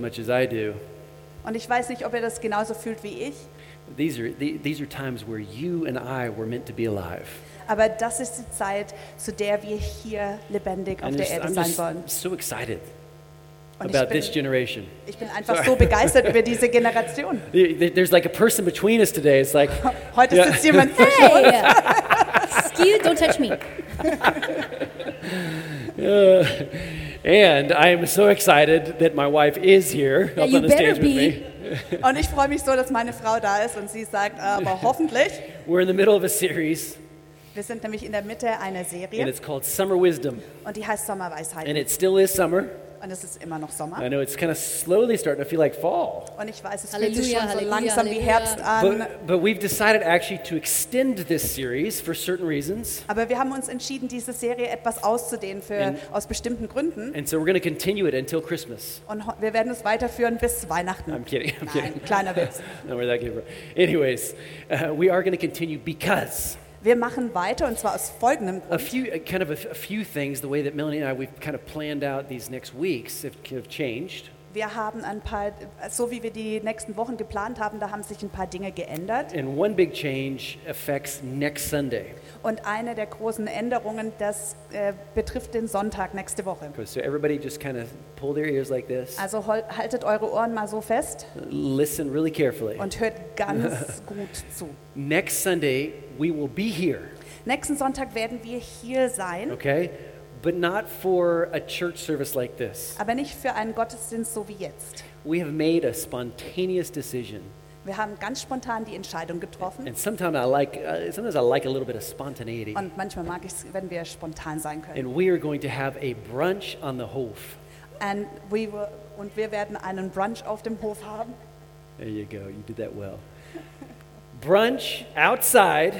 much as I do. Und ich weiß nicht, ob ihr das genauso fühlt wie ich, These are, the- these are times where you and I were meant to be alive. aber das ist die Zeit, zu der wir hier lebendig auf And der just- Erde I'm sein just wollen. so excited Und about this ich bin, generation. ich bin einfach so begeistert über diese Generation. There- there- There's like a person between us today. It's like, Heute Ja. sitzt jemand zwischen uns. Hey! Skew, don't touch me. uh, and I am so excited that my wife is here Yeah, up you on the stage better with be. me. Und ich freue mich so, dass meine Frau da ist und sie sagt, "Ah, aber hoffentlich. We're in the middle of a series, Wir sind nämlich in der Mitte einer and Serie it's called Summer Wisdom. und die heißt Sommerweisheit. And it still is summer. Und es ist immer noch I Sommer. know it's kind of slowly starting to feel like fall. Und ich weiß, es fühlt sich Halleluja, schon so Halleluja, langsam wie Halleluja. Herbst an. But, but we've decided actually to extend this series for certain reasons. Aber wir haben uns entschieden, diese Serie etwas auszudehnen für, aus bestimmten Gründen. And so we're going to continue it until Christmas. Und ho- wir werden es weiterführen bis Weihnachten. I'm kidding. I'm kidding. Nein, kleiner Witz. Not where that came from. Anyways, uh, we are going to continue because Wir machen weiter und zwar aus folgendem a Grund. few, uh, kind of a, f- a few things, the way that Melanie and I we've kind of planned out these next weeks have, have changed. Wir haben ein paar, so wie wir die nächsten Wochen geplant haben, da haben sich ein paar Dinge geändert. And one big change affects next Sunday. Und eine der großen Änderungen, das äh, betrifft den Sonntag nächste Woche. Okay, So everybody just kind of pull their ears like this, Also hol- haltet eure Ohren mal so fest listen really carefully. und hört ganz gut zu. Next Sunday, we will be here, Nächsten Sonntag werden wir hier sein, okay? But not for a church service like this. aber nicht für einen Gottesdienst so wie jetzt. We have made a spontaneous decision. Wir haben ganz spontan die Entscheidung getroffen And sometimes I like, uh, sometimes I like a little bit of spontaneity. und manchmal mag ich es, wenn wir spontan sein können. And we are going to have a brunch on the Hof. And we were, und wir werden einen Brunch auf dem Hof haben. There you go, you did that well. brunch outside.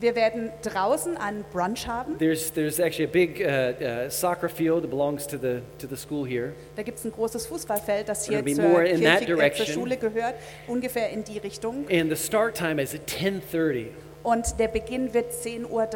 Wir werden draußen einen Brunch haben. There's, there's actually a big uh, uh, soccer field that belongs to the, to the school here. Da gibt es ein großes Fußballfeld, das We're hier gonna be zur, more in that Kirche, äh, zur direction. Schule gehört, ungefähr in die Richtung. And the start time is at 10:30. Und der Beginn wird 10.30 Uhr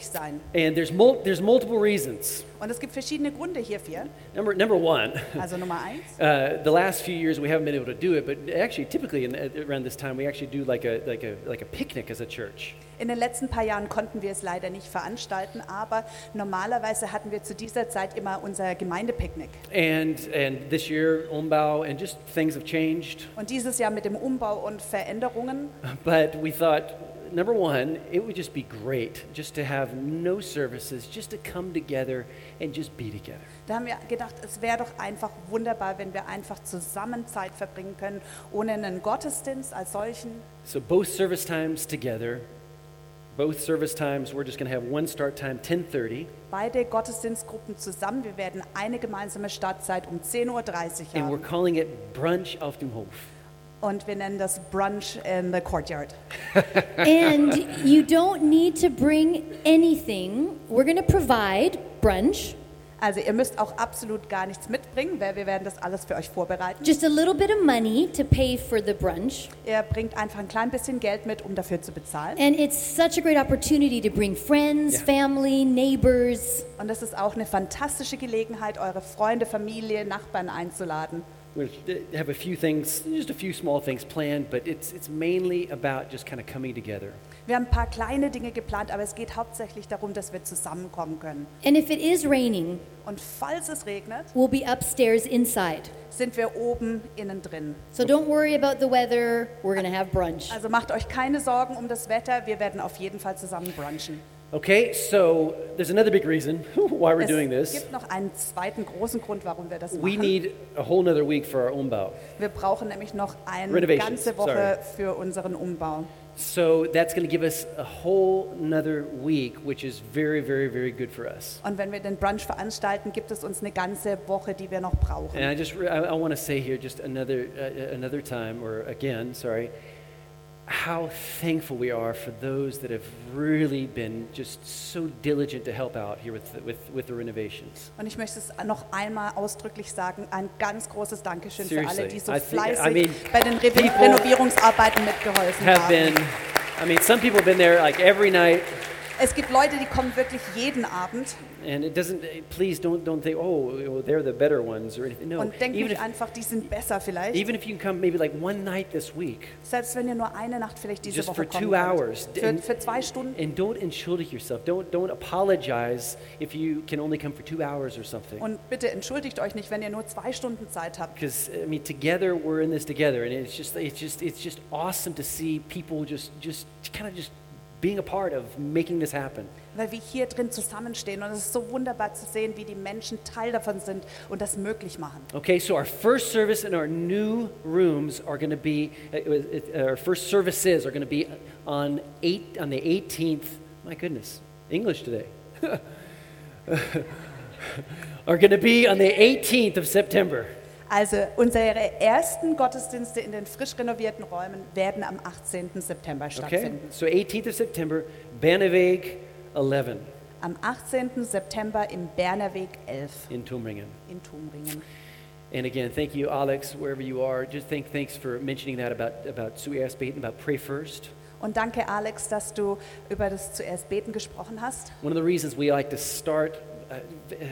sein. And there's, mul- there's multiple reasons. Und es gibt verschiedene Gründe hierfür. Number, number one, Also Nummer eins, uh, the last few years we haven't been able to do it, but actually typically in, at- around this time we actually do like a, like, a, like a picnic as a church. in den letzten paar Jahren konnten wir es leider nicht veranstalten, aber normalerweise hatten wir zu dieser Zeit immer unser Gemeindepicknick. And, and this year, Umbau, and just things have changed. Und dieses Jahr mit dem Umbau und Veränderungen But we thought, number one, it would just be great just to have no services, just to come together and just be together. Da haben wir gedacht, es wäre doch einfach wunderbar, wenn wir einfach zusammen Zeit verbringen können, ohne einen Gottesdienst als solchen. So both service times together, both service times, we're just going to have one start time, 10:30, Beide Gottesdienstgruppen zusammen. Wir werden eine gemeinsame Startzeit um 10.30 Uhr and we're haben. calling it brunch auf dem Hof. Und wir nennen das Brunch in the Courtyard. And you don't need to bring anything. We're going to provide brunch, Also ihr müsst auch absolut gar nichts mitbringen, weil wir werden das alles für euch vorbereiten. just a little bit of money to pay for the brunch. Ihr bringt einfach ein klein bisschen Geld mit, um dafür zu bezahlen. And it's such a great opportunity to bring friends, Yeah. family, neighbors. Und das ist auch eine fantastische Gelegenheit, eure Freunde, Familie, Nachbarn einzuladen. We have a few things, just a few small things planned, but it's, it's mainly about just kind of coming together. Wir haben ein paar kleine Dinge geplant, aber es geht hauptsächlich darum, dass wir zusammenkommen können. And if it is raining, Und falls es regnet, we'll be upstairs inside. sind wir oben innen drin. So don't worry about the weather. We're going to have brunch. Also macht euch keine Sorgen um das Wetter, wir werden auf jeden Fall zusammen brunchen. Okay, so there's another big reason why we're es doing this. gibt noch einen zweiten großen Grund, warum wir das We machen. need a whole nother week for our Umbau. wir brauchen nämlich noch eine Renovations, ganze Woche für unseren Umbau. So that's going to give us a whole nother week, which is very, very, very good for us. Und wenn wir den Brunch veranstalten, gibt es uns eine ganze Woche, die wir noch brauchen. And I just re- I, I want to say here just another uh, another time or again, sorry, how thankful we are for those that have really been just so diligent to help out here with the, with with the renovations. Und ich möchte es noch einmal ausdrücklich sagen, ein ganz großes Dankeschön für alle, die so Seriously, I think- I fleißig mean, bei den Re people Renovierungsarbeiten mitgeholfen Have been, haben. I mean, some people have been there like every night. Es gibt Leute, die kommen wirklich jeden Abend And it doesn't, eh, please don't, don't think, oh, you know, they're the better ones or anything. No. und denken Even nicht if, einfach, die sind besser vielleicht. even if you can come maybe like one night this week Selbst wenn ihr nur eine Nacht vielleicht diese Just Woche for two kommen könnt. hours. Für, für zwei Stunden. and don't entschuldige yourself, don't, don't apologize if you can only come for two hours or something. Und bitte entschuldigt euch nicht, wenn ihr nur zwei Stunden Zeit habt. Because I mean, together we're in this together, and it's just, it's just, it's just awesome to see people just, just kind of just being a part of making this happen. Weil wir hier drin zusammenstehen und es ist so wunderbar zu sehen, wie die Menschen Teil davon sind und das möglich machen. Okay, so our first service in our new rooms are going to be uh, it- uh, our first services are going to be on eight on the 18th. My goodness, English today. are going to be on the 18th of September. Also unsere ersten Gottesdienste in den frisch renovierten Räumen werden am 18. September Okay, stattfinden. so 18th of September, Banaveg 11 Am 18. September im Bernerweg 11 in Tumringen. in Tumringen. And again, thank you, Alex, wherever you are. Just thank, thanks for mentioning that about about Suez Bait and about pray first. Und danke, Alex, dass du über das zuerst Beten gesprochen hast. One of the reasons we like to start uh, v- uh,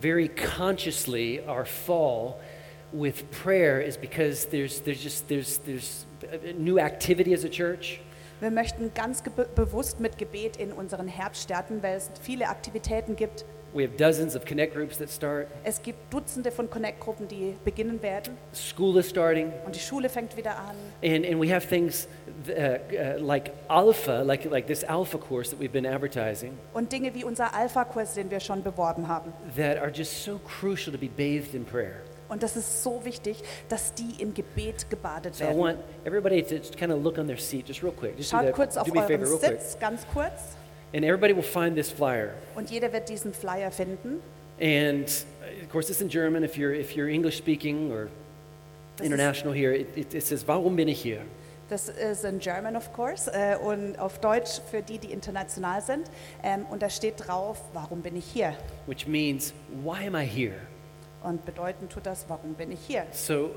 very consciously our fall with prayer is because there's, there's just there's, there's uh, new activity as a church. Wir möchten ganz gebe- bewusst mit Gebet in unseren Herbst starten, weil es viele Aktivitäten gibt. We have dozens of connect groups that start. Es gibt Dutzende von Connect-Gruppen, die beginnen werden. School is starting, Und die Schule fängt wieder an. and, and we have things th- uh, uh, like Alpha, like like this Alpha course that we've been advertising, Und Dinge wie unser Alpha-Kurs, den wir schon beworben haben. that are just so crucial to be bathed in prayer. Und das ist so wichtig, dass die im Gebet gebadet So I werden. want everybody to kind of look on their seat, just real quick. Just do, Schaut that- kurz auf do me a favor, euren real quick, Sitz, ganz kurz. and everybody will find this flyer. Und jeder wird diesen Flyer finden. And uh, of course, it's in German. If you're, if you're English speaking or Das international here, it, it, it says, Warum bin ich hier? Das ist in German, of course, äh, und auf Deutsch für die, die international sind. Ähm, Und da steht drauf, warum bin ich hier? Which means, Why am I here? Und bedeuten tut das, warum bin ich hier? So uh,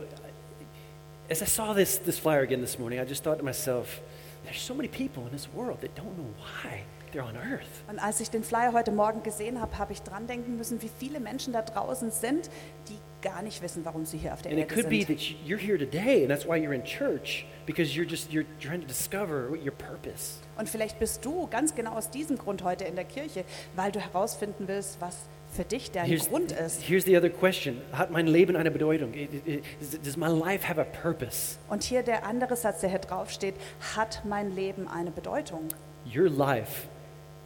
as I saw this, this flyer again this morning, I just thought to myself, There's so many people in this world that don't know why they're on earth. Und als ich den Flyer heute Morgen gesehen habe, habe ich dran denken müssen, wie viele Menschen da draußen sind, die gar nicht wissen, warum sie hier auf der And it Erde could be sind. that you- you're here today, and that's why you're in church, because you're just you're trying to discover what your purpose. Und vielleicht bist du ganz genau aus diesem Grund heute in der Kirche, weil du herausfinden willst, was für dich dein Here's, Grund ist. here's the other question. Hat mein Leben eine Bedeutung? It- it- it- is- Does my life have a purpose? Und hier der andere Satz, der hier draufsteht, hat mein Leben eine Bedeutung? Your life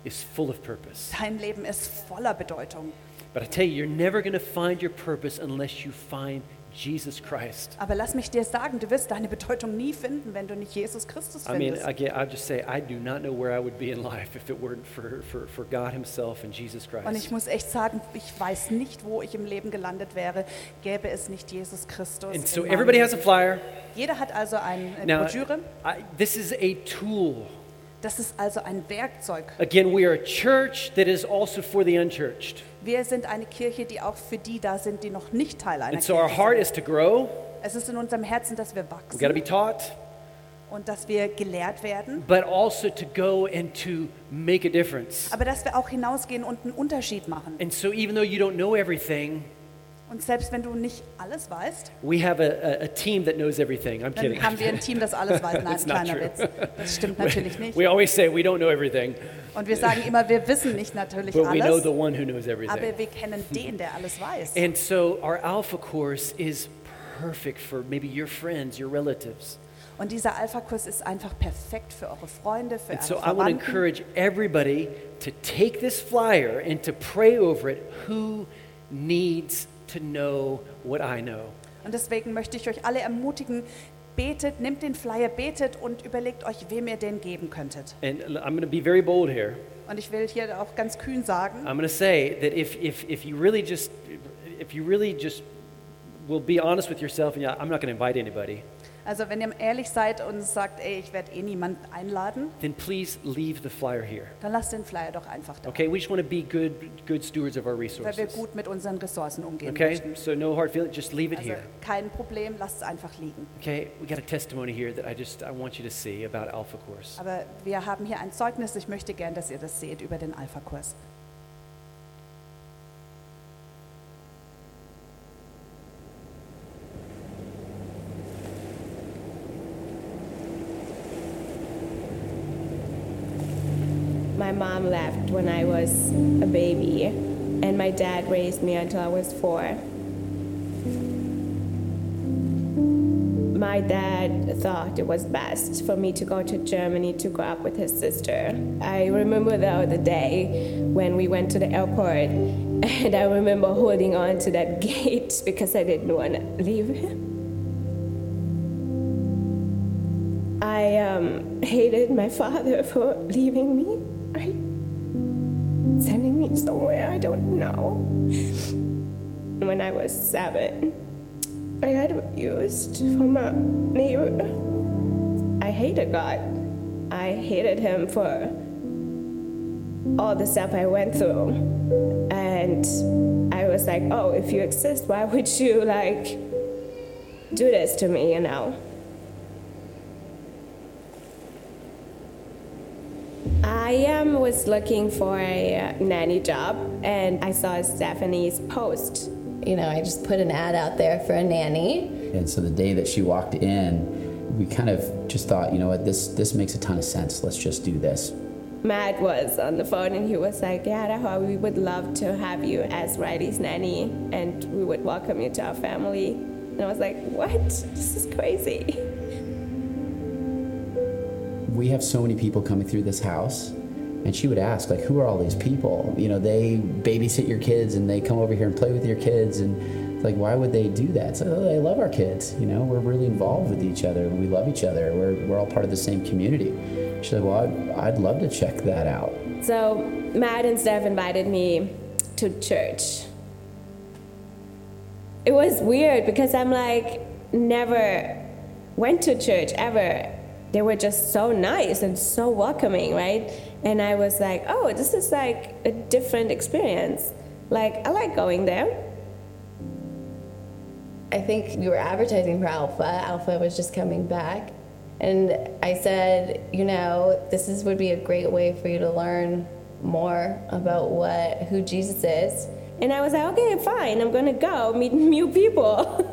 is full of purpose. Dein Leben ist voller Bedeutung. But I tell you, you're never going to find your purpose unless you find Jesus Christ. Aber lass mich dir sagen, du wirst deine Bedeutung nie finden, wenn du nicht Jesus Christus I mean, findest. again, I just say, I do not know where I would be in life if it weren't for, for, for God Himself and Jesus Und ich Christ. muss echt sagen, ich weiß nicht, wo ich im Leben gelandet wäre, gäbe es nicht Jesus Christus. And in so meinem everybody has a Leben. flyer. Jeder hat also ein äh, Now, Broschüre. I, this is a tool. Das ist also ein Werkzeug. Again, we are a church that is also for the unchurched. Wir sind eine Kirche, die auch für die da sind, die noch nicht Teil einer And so our Kirche heart is to grow. sind. Es ist in unserem Herzen, dass wir we got to wachsen be taught, und dass wir gelehrt werden, but also to go and to make a difference. aber dass wir auch hinausgehen und einen Unterschied machen. And so even though you don't know everything, Und selbst wenn du nicht alles weißt, We have a, a, a team that knows everything. I'm kidding. dann haben wir ein Team, das alles weiß. Nein, It's not kleiner Witz. true. Das stimmt natürlich nicht. We always say we don't know everything, Und wir sagen immer, wir wissen nicht natürlich but we know alles, the one who knows everything. aber wir kennen den, der alles weiß. And so our Alpha course is perfect for maybe your friends, your relatives. Und dieser Alpha-Kurs ist einfach perfekt für eure Freunde, für And eure so I want to Verwandten. encourage everybody to take this flyer and to pray over it. Who needs to know what I know? Und deswegen möchte ich euch alle ermutigen, betet, nehmt den Flyer, betet und überlegt euch, wem ihr den geben könntet. And l- I'm going to be very bold here. Und ich will hier auch ganz kühn sagen, I'm going to say that if, if, if you really just, if you really just will be honest with yourself, and yeah, I'm not going to invite anybody. äh, Also wenn ihr ehrlich seid und sagt, ey, ich werde eh niemanden einladen, then please leave the flyer here. dann lasst den Flyer doch einfach da, Okay, we just want to be good, good stewards of our weil wir resources. gut mit unseren Ressourcen umgehen Okay, möchten. so no hard feelings, just leave it Also here. kein Problem, lasst es einfach liegen. Okay, we got a testimony here that I just I want you to see about Alpha Course. Aber wir haben hier ein Zeugnis, ich möchte gern, dass ihr das seht über den Alpha-Kurs. My mom left when I was a baby, and my dad raised me until I was four. My dad thought it was best for me to go to Germany to grow up with his sister. I remember though the day when we went to the airport, and I remember holding on to that gate because I didn't want to leave. I um, hated my father for leaving me, right? Sending me somewhere I don't know. When I was seven, I got abused from a neighbor. I hated God. I hated Him for all the stuff I went through. And I was like, oh, if you exist, why would you, like, do this to me, you know? I um, was looking for a uh, nanny job and I saw Stephanie's post. You know, I just put an ad out there for a nanny. And so the day that she walked in, we kind of just thought, you know what, this this makes a ton of sense. Let's just do this. Matt was on the phone and he was like, Yeah, Raha, we would love to have you as Riley's nanny and we would welcome you to our family. And I was like, What? This is crazy. We have so many people coming through this house, and she would ask, like, who are all these people? You know, they babysit your kids and they come over here and play with your kids, and it's like, why would they do that? So oh, they love our kids. You know, we're really involved with each other. We love each other. We're we're all part of the same community. She's like, well, I'd, I'd love to check that out. So Matt and Steph invited me to church. It was weird because I'm like never went to church ever. They were just so nice and so welcoming, right? And I was like, oh, this is like a different experience. Like I like going there. I think we were advertising for Alpha. Alpha was just coming back. And I said, you know, this is, would be a great way for you to learn more about what who Jesus is. And I was like, okay, fine, I'm gonna go meet new people.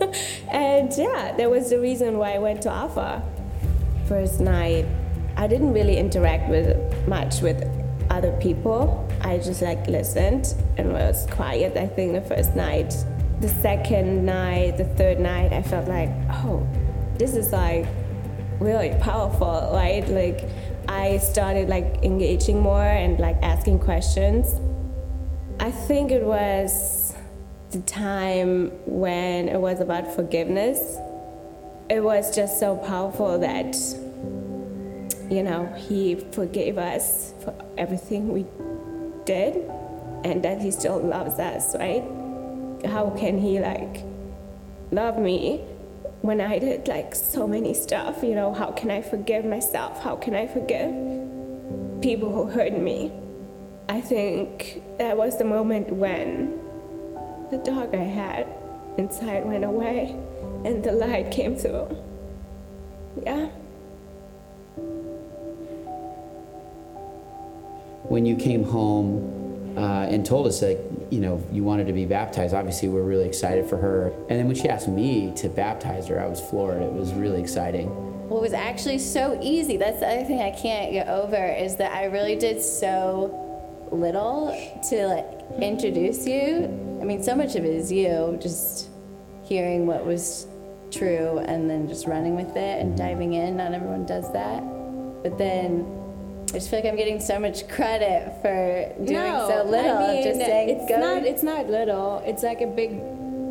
and yeah, that was the reason why I went to Alpha. First night, I didn't really interact with much with other people. I just like listened and was quiet, I think, the first night. The second night, the third night, I felt like, oh, this is like really powerful, right? Like I started like engaging more and like asking questions. I think it was the time when it was about forgiveness. It was just so powerful that you know, he forgave us for everything we did and that he still loves us, right? How can he like love me when I did like so many stuff. You know, how can I forgive myself? How can I forgive people who hurt me? I think that was the moment when the dog I had inside went away and the light came through. Yeah. when you came home uh, and told us that you know you wanted to be baptized obviously we are really excited for her and then when she asked me to baptize her i was floored it was really exciting What was actually so easy, that's the other thing I can't get over, is that I really did so little to like, introduce you. I mean, so much of it is you, just hearing what was true and then just running with it and diving in. Not everyone does that. But then I just feel like I'm getting so much credit for doing so little, I of mean, just saying, it's go not it's not little. It's like a big,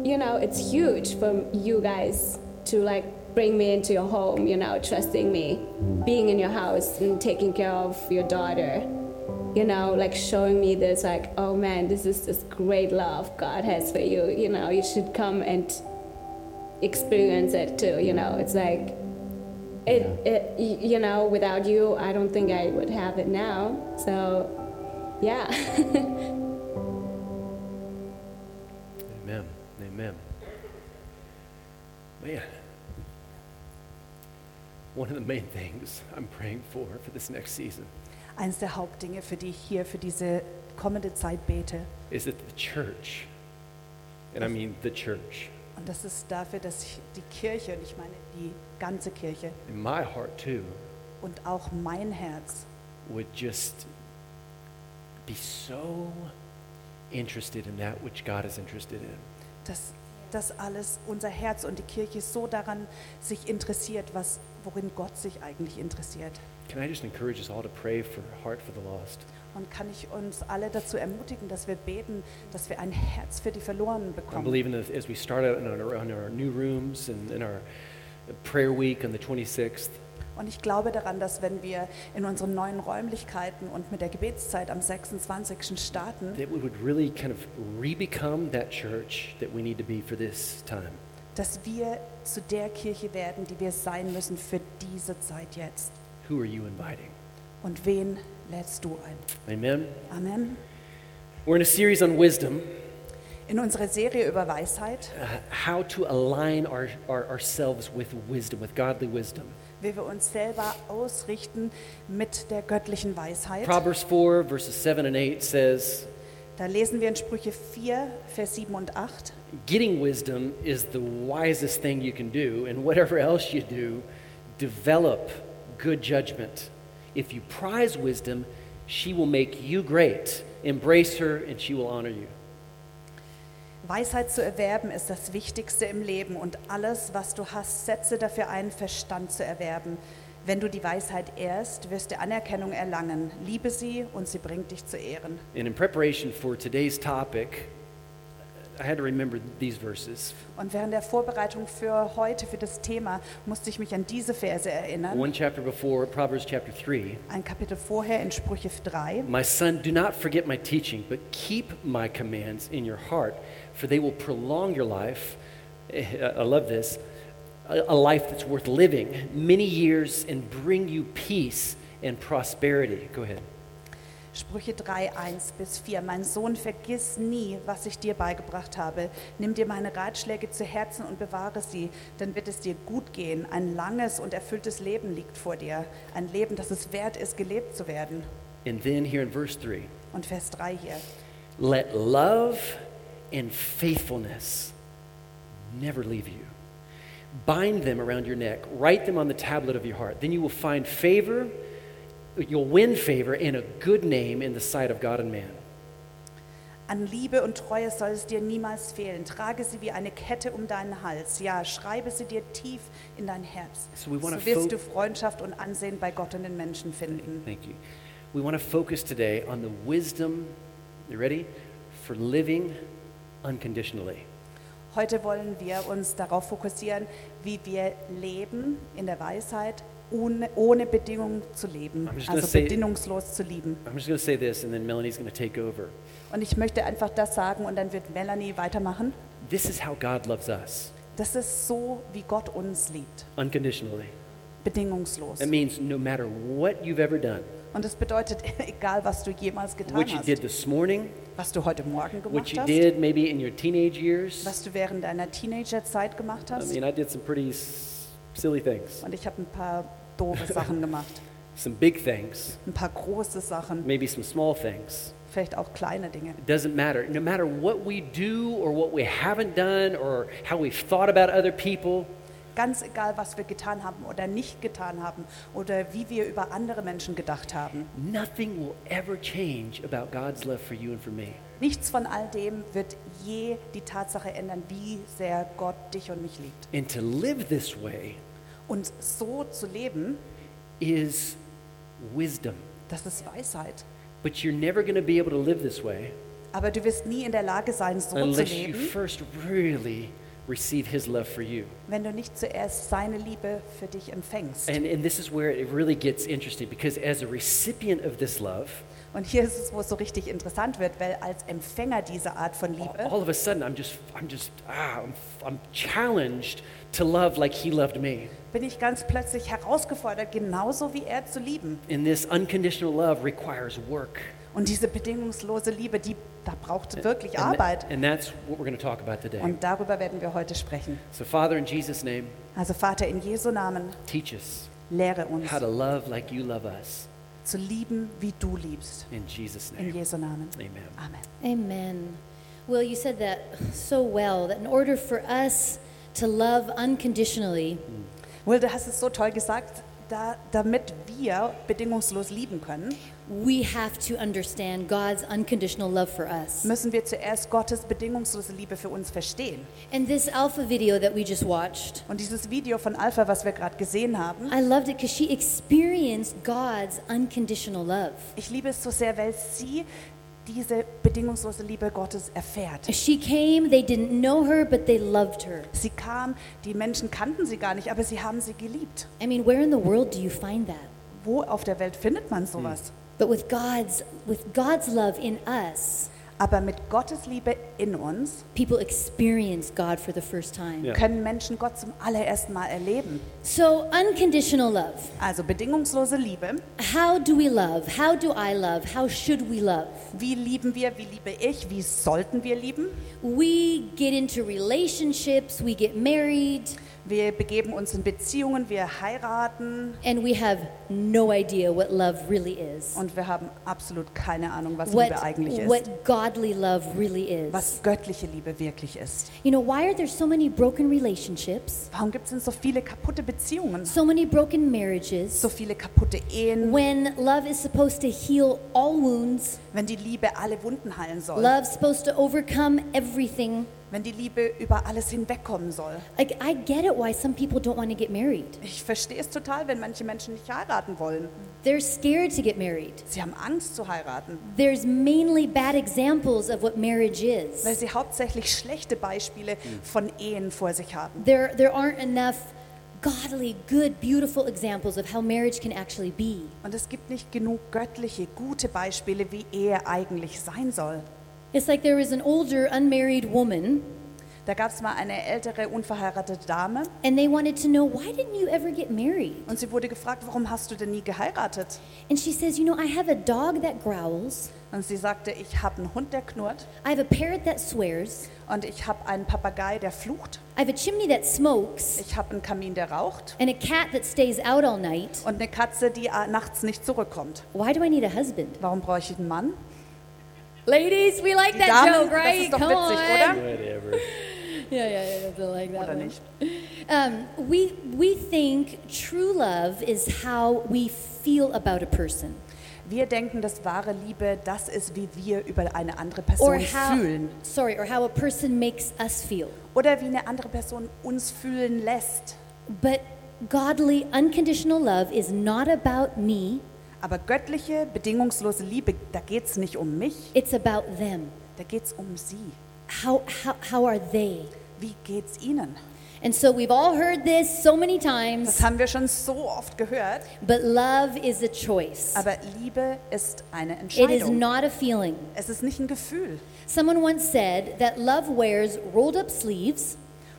you know, it's huge for you guys to like bring me into your home, you know, trusting me, being in your house and taking care of your daughter. You know, like showing me this like, oh man, this is this great love God has for you. You know, you should come and experience it too, you know. It's like It, it, y- you know, without you, I don't think I would have it now. So, yeah. Amen. Amen. Man, one of the main things I'm praying for for this next season Eines der Hauptdinge, für die ich hier für diese kommende Zeit bete. is that the church, and I mean the church, Und das ist dafür, dass ich die Kirche, und ich meine die ganze Kirche in my heart too, und auch mein Herz would just be so interested in that which God is interested in. dass das alles, unser Herz und die Kirche so daran sich interessiert, was, worin Gott sich eigentlich interessiert. Can I just encourage us all to pray for Heart for the Lost? Und kann ich uns alle dazu ermutigen, dass wir beten, dass wir ein Herz für die Verlorenen I'm bekommen. believing that as we start out in our, in our new rooms and in our prayer week on the 26th, Und ich glaube daran, dass wenn wir in unseren neuen Räumlichkeiten und mit der Gebetszeit am 26. starten, that we would really kind of re-become that church that we need to be for this time. dass wir zu der Kirche werden, die wir sein müssen für diese Zeit jetzt. Who are you inviting? Und wen lädst du ein? Amen. Amen. We're in a series on wisdom, In unserer Serie über Weisheit, uh, how to align our, our, ourselves with wisdom, with godly wisdom. wie wir uns selber ausrichten mit der göttlichen Weisheit, Proverbs 4, verses 7 and 8 says, da lesen wir in Sprüche 4, Vers 7 und 8. Getting wisdom is the wisest thing you can do, and whatever else you do, develop good judgment. If you prize wisdom, she will make you great. Embrace her, and she will honor you. Weisheit zu erwerben ist das Wichtigste im Leben und alles, was du hast, setze dafür ein, Verstand zu erwerben. Wenn du die Weisheit ehrst, wirst du Anerkennung erlangen. Liebe sie und sie bringt dich zu Ehren. And in preparation for today's topic, I had to remember these verses. Und während der Vorbereitung für heute, für das Thema, musste ich mich an diese Verse erinnern. One chapter before, Proverbs chapter 3. Ein Kapitel vorher in Sprüche 3. My son, do not forget my teaching, but keep my commands in your heart, for they will prolong your life. Eh, I love this. A a life that's worth living many years and bring you peace and prosperity. Go ahead. Sprüche 3, 1 bis 4. Mein Sohn, vergiss nie, was ich dir beigebracht habe. Nimm dir meine Ratschläge zu Herzen und bewahre sie, dann wird es dir gut gehen. Ein langes und erfülltes Leben liegt vor dir. Ein Leben, das es wert ist, gelebt zu werden. And then here in verse 3 Und Vers 3 hier. let love and faithfulness never leave you. Bind them around your neck, write them on the tablet of your heart. Then you will find favor, you'll win favor and a good name in the sight of God and man. An Liebe und Treue soll es dir niemals fehlen. Trage sie wie eine Kette um deinen Hals. Ja, schreibe sie dir tief in dein Herz. So So we wanna fo- wirst du Freundschaft und Ansehen bei Gott und den Menschen finden. Thank you. We want to focus today on the wisdom, you ready? For living unconditionally. Heute wollen wir uns darauf fokussieren, wie wir leben in der Weisheit, ohne, ohne Bedingungen zu leben, I'm just gonna also say- bedingungslos zu lieben. I'm just going to say this and then Melanie's going to take over. Und ich möchte einfach das sagen und dann wird Melanie weitermachen. This is how God loves us Das ist so, wie Gott uns liebt, unconditionally. bedingungslos. That means no matter what you've ever done, Und das bedeutet, egal was du jemals getan what you hast, did this morning, was du heute Morgen what gemacht you hast, did maybe in your teenage years. was du während deiner Teenagerzeit gemacht I hast. mean, I did some pretty s- silly things, Und ich habe ein paar doofe Sachen gemacht, some big things, ein paar große Sachen, maybe some small things. vielleicht auch kleine Dinge. It doesn't matter. No matter what we do or what we haven't done or how we've thought about other people, Ganz egal, was wir getan haben oder nicht getan haben oder wie wir über andere Menschen gedacht haben. Nothing will ever change about God's love for you and for me. Nichts von all dem wird je die Tatsache ändern, wie sehr Gott dich und mich liebt. And to live this way Und so zu leben, is wisdom. das ist Weisheit. But you're never going to be able to live this way Aber du wirst nie in der Lage sein, so zu unless you leben, first really receive His love for you. wenn du nicht zuerst seine Liebe für dich empfängst. And, and this is where it really gets interesting because as a recipient of this love, Und hier ist es, wo es so richtig interessant wird, weil als Empfänger dieser Art von Liebe all of a sudden I'm just I'm just ah, I'm, I'm challenged to love like he loved me. bin ich ganz plötzlich herausgefordert, genauso wie er zu lieben. And this unconditional love requires work. Und diese bedingungslose Liebe, die da braucht wirklich And, tha- Arbeit. and that's what we're going to talk about today. Und darüber werden wir heute sprechen. So Father in Jesus name, Also Vater, in Jesu Namen, teach us lehre uns how to love like you love us zu lieben, wie du liebst. in Jesus In name. Jesu Namen. Amen. Amen. Amen. Well, you said that so well that in order for us to love unconditionally, Will, du hast es so toll gesagt, da, damit wir bedingungslos lieben können, we have to understand God's unconditional love for us. müssen wir zuerst Gottes bedingungslose Liebe für uns verstehen. And this alpha video that we just watched, Und dieses Video von Alpha, was wir gerade gesehen haben, I loved it because she experienced God's unconditional love. ich liebe es so sehr, weil sie diese bedingungslose Liebe Gottes erfährt. She came, they didn't know her, but they loved her. Sie kam, die Menschen kannten sie gar nicht, aber sie haben sie geliebt. I mean, where in the world do you find that? Wo auf der Welt findet man sowas? But with God's with God's love in us, Aber mit Gottes Liebe in uns people experience God for the first time. Yeah. können Menschen Gott zum allerersten Mal erleben. So unconditional love. Also bedingungslose Liebe. How do we love? How do I love? How should we love? Wie lieben wir? Wie liebe ich? Wie sollten wir lieben? We get into relationships, we get married, Wir begeben uns in Beziehungen, wir heiraten and we have no idea what love really is. und wir haben absolut keine Ahnung, was What, Liebe eigentlich ist. what godly love really is. was göttliche Liebe wirklich ist. You know, why are there so many broken relationships? Warum gibt es denn so viele kaputte Beziehungen? So many broken marriages? So viele kaputte Ehen, when love is supposed to heal all wounds, wenn die Liebe alle Wunden heilen soll, love's supposed to overcome everything. wenn die Liebe über alles hinwegkommen soll. Like I get it why some people don't want to get married. Ich verstehe es total, wenn manche Menschen nicht heiraten wollen. They're scared to get married. Sie haben Angst zu heiraten, There's mainly bad examples of what marriage weil is. sie hauptsächlich schlechte Beispiele von Ehen vor sich haben. There, there aren't enough godly, good, beautiful examples of how marriage can actually be. Und es gibt nicht genug göttliche, gute Beispiele, wie Ehe eigentlich sein soll. It's like there was an older, unmarried woman, Da gab es mal eine ältere, unverheiratete Dame and they wanted to know, why didn't you ever get married? und sie wurde gefragt, warum hast du denn nie geheiratet? And she says, You know, I have a dog that growls, Und sie sagte, ich habe einen Hund, der knurrt I have a parrot that swears, und ich habe einen Papagei, der flucht, I have a chimney that smokes, ich habe einen Kamin, der raucht and a cat that stays out all night. und eine Katze, die äh, nachts nicht zurückkommt. Why do I need a husband? Warum brauche ich einen Mann? Ladies, we like Die that Damen, joke, das right? ist doch Come witzig, on. oder? Whatever. Yeah, yeah, yeah. Don't like that Oder one. nicht? Um, we, we think true love is how we feel about a person. Wir denken, dass wahre Liebe das ist, wie wir über eine andere Or Person how, fühlen sorry, or how a person makes us feel. oder wie eine andere Person uns fühlen lässt. But godly, unconditional love is not about me, Aber göttliche, bedingungslose Liebe, da geht es nicht um mich, it's about them. da geht es um sie. How, how, how are they? Wie geht's ihnen? And so we've all heard this so many times, Das haben wir schon so oft gehört, but love is a choice. aber Liebe ist eine It is Entscheidung. not a feeling. Es ist nicht ein Gefühl. Someone once said that love wears rolled up sleeves,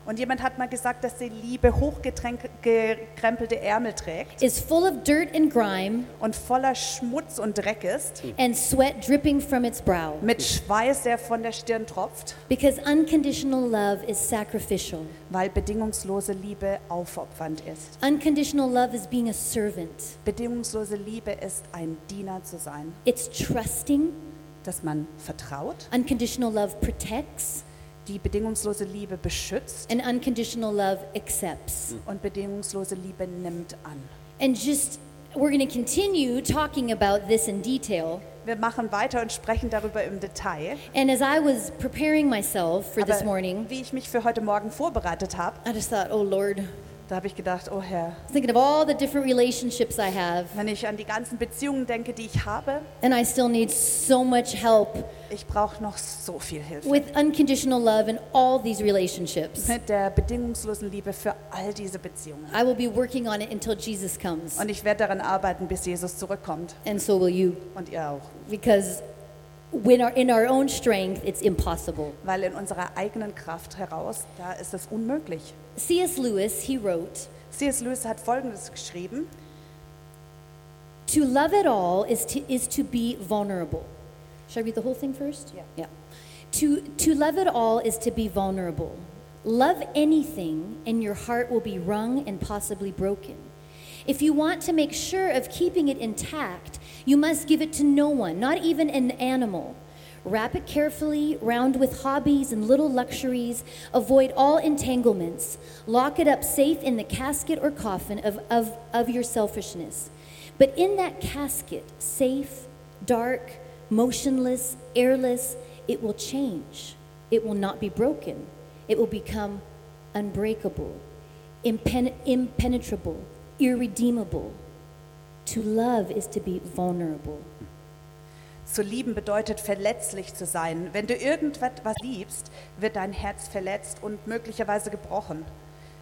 Und jemand hat mal gesagt, dass die Liebe hochgekrempelte Ärmel trägt is full of dirt and grime, und voller Schmutz und Dreck ist, and sweat dripping from its brow. mit Schweiß, der von der Stirn tropft, Because unconditional love is sacrificial. weil bedingungslose Liebe aufopfernd ist. Unconditional love is being a servant, Bedingungslose Liebe ist ein Diener zu sein, it's trusting. dass man vertraut, Unconditional love protects, die bedingungslose Liebe beschützt and unconditional love accepts. und bedingungslose Liebe nimmt an. And just, we're going to continue talking about this in detail. Wir machen weiter und sprechen darüber im Detail. And as I was preparing myself for this Aber morning, wie ich mich für heute Morgen vorbereitet habe, I just thought, oh Lord, Da habe ich gedacht, oh Herr, was thinking of all the different relationships I have, wenn ich an die ganzen Beziehungen denke, die ich habe, and I still need so much help ich brauche noch so viel Hilfe. with unconditional love in all these relationships. Mit der bedingungslosen Liebe für all diese Beziehungen. I will be working on it until Jesus comes, Und ich werde daran arbeiten, bis Jesus zurückkommt. and so will you, Und ihr auch. because when our, in our own strength, it's impossible. Weil in unserer eigenen Kraft heraus, da ist es unmöglich. C.S. Lewis, he wrote, C.S. Lewis hat Folgendes geschrieben. To love at all is to, is to be vulnerable. Should I read the whole thing first? Yeah. Yeah. To, to love at all is to be vulnerable. Love anything, and your heart will be wrung and possibly broken. If you want to make sure of keeping it intact, you must give it to no one, not even an animal. Wrap it carefully, round with hobbies and little luxuries. Avoid all entanglements. Lock it up safe in the casket or coffin of, of, of your selfishness. But in that casket, safe, dark, motionless, airless, it will change. It will not be broken. It will become unbreakable, impen- impenetrable, irredeemable. To love is to be vulnerable. Zu lieben bedeutet verletzlich zu sein. Wenn du irgendetwas liebst, wird dein Herz verletzt und möglicherweise gebrochen.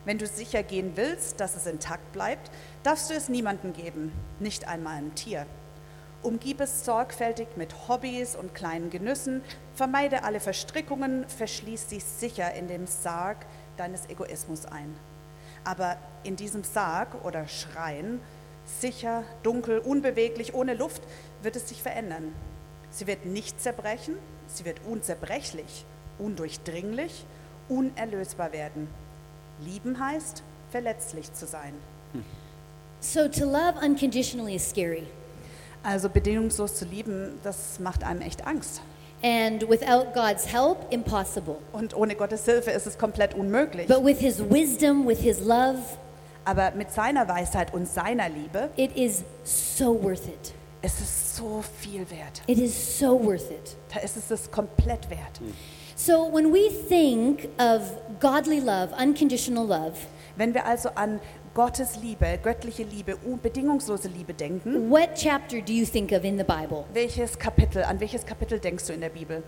Wenn du sicher gehen willst, dass es intakt bleibt, darfst du es niemandem geben, nicht einmal einem Tier. Umgib es sorgfältig mit Hobbys und kleinen Genüssen, vermeide alle Verstrickungen, verschließ dich sicher in dem Sarg deines Egoismus ein. Aber in diesem Sarg oder Schrein, sicher, dunkel, unbeweglich, ohne Luft, wird es sich verändern. Sie wird nicht zerbrechen, sie wird unzerbrechlich, undurchdringlich, unerlösbar werden. Lieben heißt, verletzlich zu sein. So to love unconditionally is scary. Also bedingungslos zu lieben, das macht einem echt Angst. And without God's help, impossible. Und ohne Gottes Hilfe ist es komplett unmöglich. But with His wisdom, with His love, Aber mit seiner Weisheit und seiner Liebe it is so worth it. ist es so viel wert. It is so worth it. Da ist es es komplett wert. So when we think of godly love, unconditional love, Wenn wir also an Gottes Liebe, göttliche Liebe, un- bedingungslose Liebe denken, what chapter do you think of in the Bible? welches Kapitel, an welches Kapitel denkst du in der Bibel?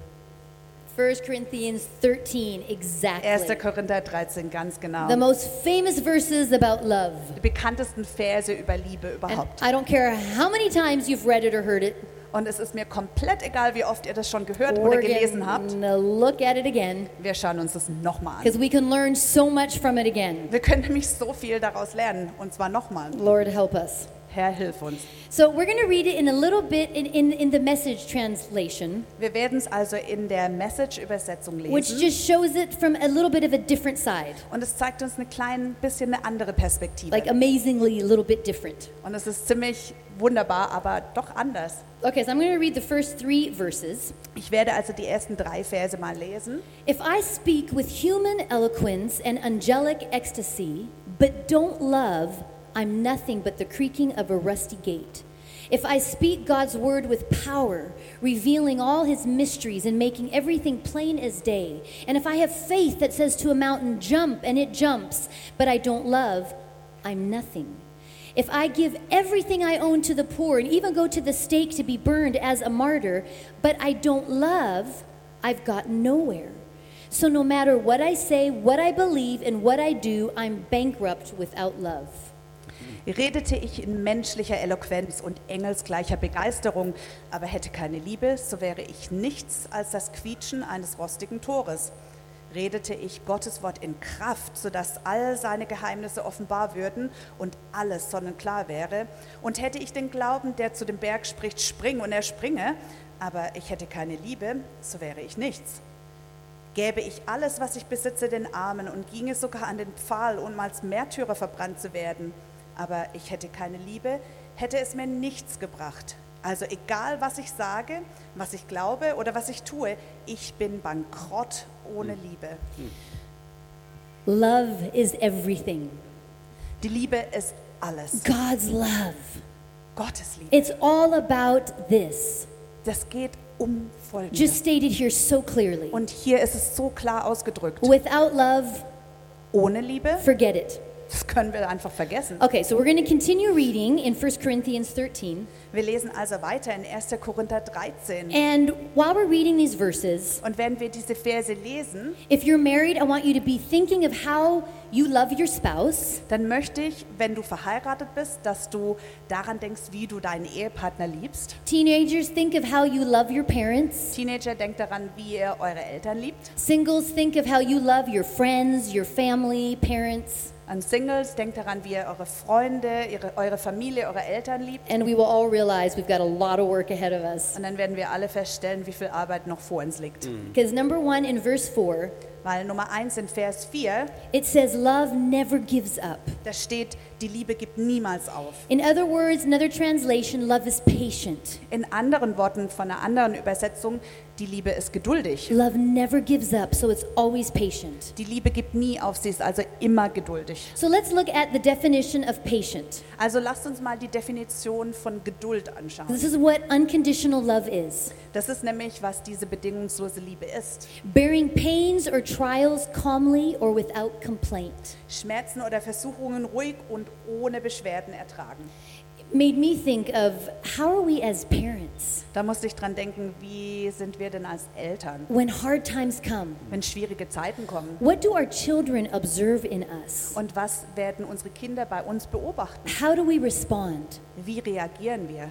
1 Corinthians 13, exactly. 1. Korinther 13, ganz genau. the most famous verses about love. Die bekanntesten Verse über Liebe And überhaupt. I don't care how many times you've read it or heard it, Und es ist mir komplett egal, wie oft ihr das schon gehört oder we're gelesen habt. gonna uh, look at it again Wir schauen uns das nochmal an. because we can learn so much from it again. Wir können nämlich so viel daraus lernen. Und zwar nochmal. Lord, help us. Herr, hilf uns. So we're going to read it in a little bit in, in, in the message translation, Wir werden es also in der Message-Übersetzung which lesen. just shows it from a little bit of a different side, Und es zeigt uns ein klein bisschen eine andere Perspektive. like amazingly a little bit different. Und es ist ziemlich wunderbar, aber doch anders. Okay, so I'm going to read the first three verses. Ich werde also die ersten drei Verse mal lesen. If I speak with human eloquence and angelic ecstasy, but don't love, I'm nothing but the creaking of a rusty gate. If I speak God's word with power, revealing all his mysteries and making everything plain as day, and if I have faith that says to a mountain, jump, and it jumps, but I don't love, I'm nothing. If I give everything I own to the poor and even go to the stake to be burned as a martyr, but I don't love, I've gotten nowhere. So no matter what I say, what I believe, and what I do, I'm bankrupt without love. Redete ich in menschlicher Eloquenz und engelsgleicher Begeisterung, aber hätte keine Liebe, so wäre ich nichts als das Quietschen eines rostigen Tores. Redete ich Gottes Wort in Kraft, sodass all seine Geheimnisse offenbar würden und alles sonnenklar wäre, und hätte ich den Glauben, der zu dem Berg spricht, spring und er springe, aber ich hätte keine Liebe, so wäre ich nichts. Gäbe ich alles, was ich besitze, den Armen und ginge sogar an den Pfahl, um als Märtyrer verbrannt zu werden. Aber ich hätte keine Liebe, hätte es mir nichts gebracht. Also egal, was ich sage, was ich glaube oder was ich tue, ich bin bankrott ohne Liebe. Love is everything. Die Liebe ist alles. God's love. Gottes Liebe. It's all about this. Das geht um Just Folgendes. stated here so clearly. Und hier ist es so klar ausgedrückt. Without love, Ohne Liebe forget it. Das können wir einfach vergessen. Okay, so we're going to continue reading in 1 Corinthians 13. Wir lesen also weiter in 1. Korinther 13. And while we're reading these verses, Und wenn wir diese Verse lesen, if you're married, I want you to be thinking of how you love your spouse dann möchte ich, wenn du verheiratet bist, dass du daran denkst, wie du deinen Ehepartner liebst. Teenagers, think of how you love your parents. Teenager, denkt daran, wie ihr eure Eltern liebt. Singles, think of how you love your friends, your family, parents. An Singles, denkt daran, wie ihr eure Freunde, ihre, eure Familie, eure Eltern liebt. And we will all realize we've got a lot of work ahead of us. Und dann werden wir alle feststellen, wie viel Arbeit noch vor uns liegt. Because number one, in verse four, Weil Nummer 1 in Vers 4, it says, Love never gives up. da steht, die Liebe gibt niemals auf. In other words, another translation, love is patient. In anderen Worten von einer anderen Übersetzung, die Liebe ist geduldig. Love never gives up, so it's always patient. Die Liebe gibt nie auf, sie ist also immer geduldig. So let's look at the definition of patient. Also lasst uns mal die Definition von Geduld anschauen. This is what unconditional love is Das ist nämlich, was diese bedingungslose Liebe ist. bearing pains or trials calmly or without complaint. Schmerzen oder Versuchungen ruhig und ohne Beschwerden ertragen. It made me think of how are we as parents Da musste ich dran denken, wie sind wir denn als Eltern, when hard times come? wenn schwierige Zeiten kommen? What do our children observe in us? Und was werden unsere Kinder bei uns beobachten? How do we respond? Wie reagieren wir?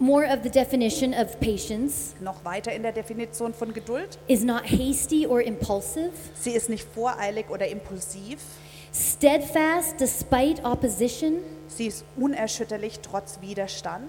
More of the definition of patience Noch weiter in der Definition von Geduld. is not hasty or impulsive, Sie ist nicht voreilig oder impulsiv. steadfast despite opposition, Sie ist unerschütterlich trotz Widerstand.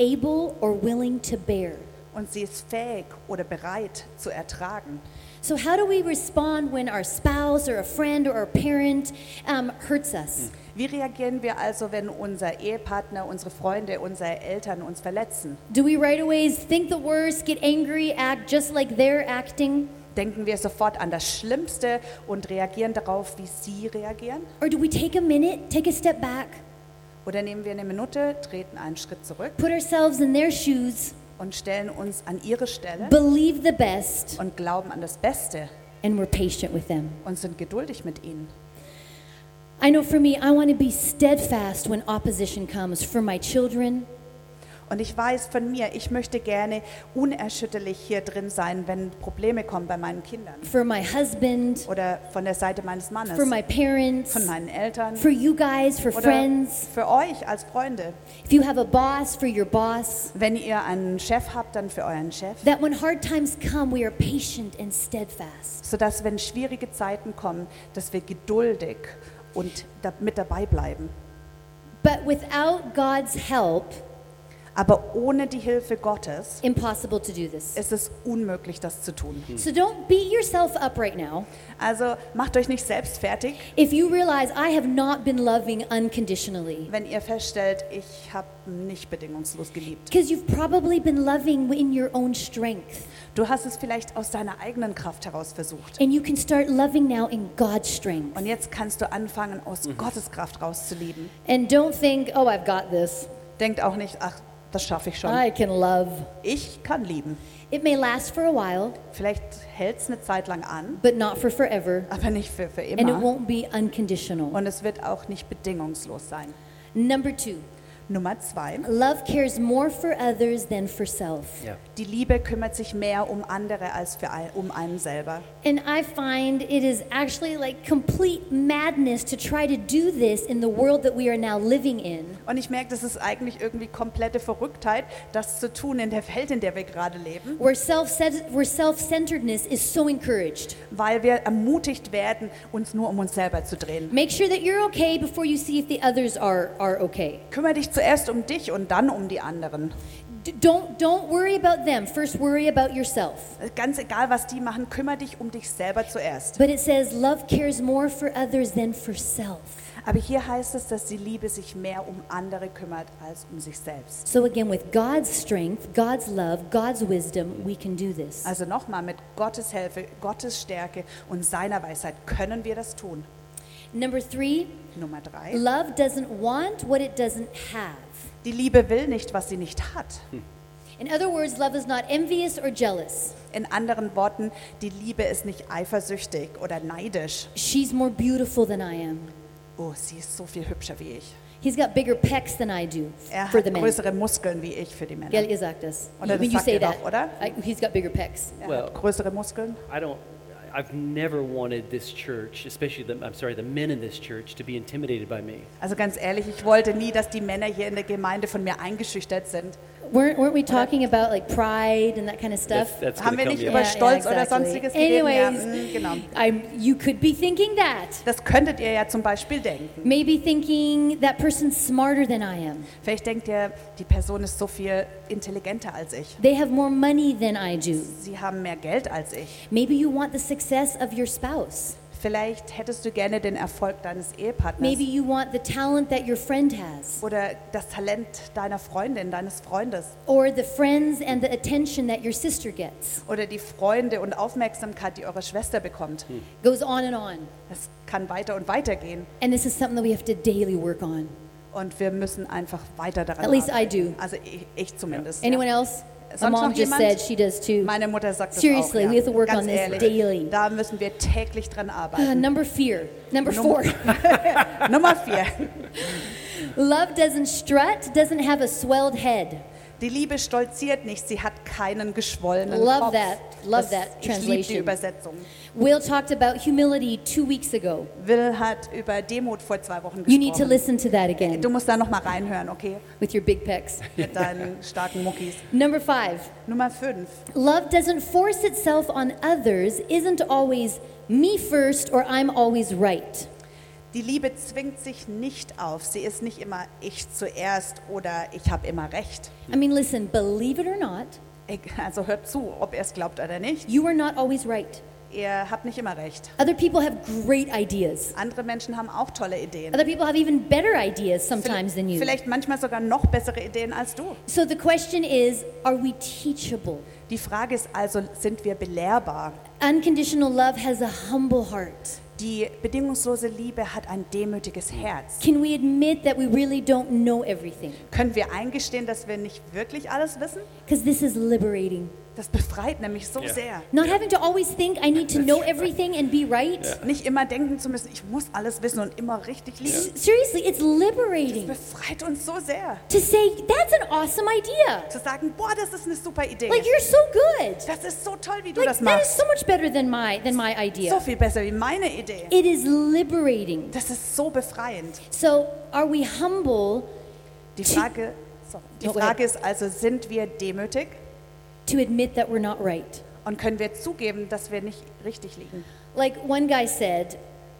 able or willing to bear. Und sie ist fähig oder bereit zu ertragen. So, how do we respond when our spouse or a friend or a parent um, hurts us? Wie reagieren wir also, wenn unser Ehepartner, unsere Freunde, unsere Eltern uns verletzen? Do we right away think the worst, get angry, act just like they're acting? Denken wir sofort an das Schlimmste und reagieren darauf, wie sie reagieren? Or do we take a minute, take a step back, Oder nehmen wir eine Minute, treten einen Schritt zurück put ourselves in their shoes, und stellen uns an ihre Stelle believe the best, und glauben an das Beste and we're patient with them? und sind geduldig mit ihnen? I know for me, I want to be steadfast when opposition comes for my children, Und ich weiß von mir, ich möchte gerne unerschütterlich hier drin sein, wenn Probleme kommen bei meinen Kindern for my husband, oder von der Seite meines Mannes, for my parents, von meinen Eltern for you guys, for oder friends. für euch als Freunde. If you have a boss, for your boss. Wenn ihr einen Chef habt, dann für euren Chef, That when hard times come, we are patient and steadfast. sodass wenn schwierige Zeiten kommen, dass wir geduldig und da, mit dabei bleiben. But without God's help, Aber ohne die Hilfe Gottes impossible to do this. ist es unmöglich, das zu tun. So don't beat yourself up right now Also macht euch nicht selbst fertig, if you realize I have not been loving unconditionally. wenn ihr feststellt, ich habe nicht bedingungslos geliebt. Because you've probably been loving in your own strength. Du hast es vielleicht aus deiner eigenen Kraft heraus versucht. And you can start loving now in God's strength. Und jetzt kannst du anfangen, aus Gottes Kraft rauszulieben. And don't think, oh, I've got this. Denkt auch nicht, ach, das schaffe ich schon. I can love. Ich kann lieben. It may last for a while, Vielleicht hält es eine Zeit lang an, but not for forever. aber nicht für, für And it immer. won't be unconditional. Und es wird auch nicht bedingungslos sein. Number two, Nummer zwei. love cares more for others than for self. Yeah. Die Liebe kümmert sich mehr um andere als für ein, um einen selber. And I find it is actually like complete madness to try to do this in the world that we are now living in. Und ich merke, das ist eigentlich irgendwie komplette Verrücktheit, das zu tun in der Welt, in der wir gerade leben, Where self where self-centeredness is so encouraged. weil wir ermutigt werden, uns nur um uns selber zu drehen. Make sure that you're okay before you see if the others are are okay. Kümmere dich zuerst um dich und dann um die anderen. D- don't don't worry about them. First worry about yourself. Ganz egal, was die machen, kümmere dich um dich selber zuerst. But it says love cares more for others than for self. Aber hier heißt es, dass die Liebe sich mehr um andere kümmert als um sich selbst. So again with God's strength, God's love, God's wisdom, we can do this. Also nochmal, mit Gottes Hilfe, Gottes Stärke und seiner Weisheit können wir das tun. Number 3, Nummer drei. love doesn't want what it doesn't have. Die Liebe will nicht, was sie nicht hat. Hm. In other words, love is not envious or jealous. In anderen Worten, die Liebe ist nicht eifersüchtig oder neidisch. She's more beautiful than I am. oh, sie ist so viel hübscher wie ich. He's got bigger pecs than I do Er for hat the men. größere Muskeln wie ich für die Männer. Yeah, ihr sagt das. Oder das When you sagt say ihr that, doch, oder? I, he's got bigger pecs. Er Well- hat größere Muskeln. I don't. I've never wanted this church, especially the, I'm sorry, the men in this church, to be intimidated by me. Also ganz ehrlich, ich wollte nie, dass die Männer hier in der Gemeinde von mir eingeschüchtert sind. Weren't, weren't we talking about like pride and that kind of That's, stuff? that's Haben going to come. wir nicht yeah. über Yeah, Stolz yeah, oder exactly. sonstiges geredet? Ja, Anyways. mm, genau. I'm, you could be thinking that. Das könntet ihr ja zum Beispiel denken. Maybe thinking that person's smarter than I am. Vielleicht denkt ihr, die Person ist so viel intelligenter als ich. They have more money than I do. Sie haben mehr Geld als ich. Maybe you want the success of your spouse. Vielleicht hättest du gerne den Erfolg deines Ehepartners. Maybe you want the talent that your friend has, Oder das Talent deiner Freundin, deines Freundes. or the friends and the attention that your sister gets. Oder die Freunde und Aufmerksamkeit, die eure Schwester bekommt. Goes on and on. Das kann weiter und weiter gehen. And this is something that we have to daily work on. Und wir müssen einfach weiter daran At least I arbeiten. do. Also ich, ich zumindest. Anyone else? My Sonst mom noch just jemand? said she does too. Meine Mutter sagt das Seriously, auch, ja. we have to work Ganz on this ehrlich, daily. Da müssen wir täglich dran Uh, arbeiten. number fear. Number Nummer- four. Nummer vier. Love doesn't strut, doesn't have a swelled head. Die Liebe stolziert nicht, sie hat keinen geschwollenen Love Kopf. that, love das, that ich liebe die translation. Übersetzung. Will talked about humility two weeks ago. Will hat über Demut vor zwei Wochen You need to gesprochen. listen to that again Du musst da nochmal reinhören, okay? with your big pecs. Mit deinen starken Muckis. Number five, Nummer fünf. love doesn't force itself on others, isn't always me first or I'm always right. Die Liebe zwingt sich nicht auf. Sie ist nicht immer ich zuerst oder ich habe immer recht. I mean, listen, believe it or not, Ich- Also hört zu, ob ihr es glaubt oder nicht. you are not always right. Ihr habt nicht immer recht. Other people have great ideas. Andere Menschen haben auch tolle Ideen. Other people have even better ideas sometimes than you. Vielleicht manchmal sogar noch bessere Ideen als du. So the question is are we teachable? Die Frage ist also, sind wir belehrbar? Unconditional love has a humble heart. Die bedingungslose Liebe hat ein demütiges Herz. Can we admit that we really don't know everything? Können wir eingestehen, dass wir nicht wirklich alles wissen? Because this is liberating. Das befreit nämlich so Ja. sehr. Not having to always think I need to know everything and be right. Nicht immer denken zu müssen, ich muss alles wissen und immer richtig liegen. Seriously, it's Das liberating befreit uns so sehr. to say that's an awesome idea. Zu sagen, boah, das ist eine super Idee. Like you're so good. Das ist so toll, wie du Like das that is machst. so much better than my than my So idea. viel besser wie meine Idee. It is liberating. Das ist so befreiend. So are we humble Die Frage, sorry, die No, go Frage ist also, sind wir demütig to admit that we're not right? und können wir zugeben, dass wir nicht richtig liegen? Like one guy said,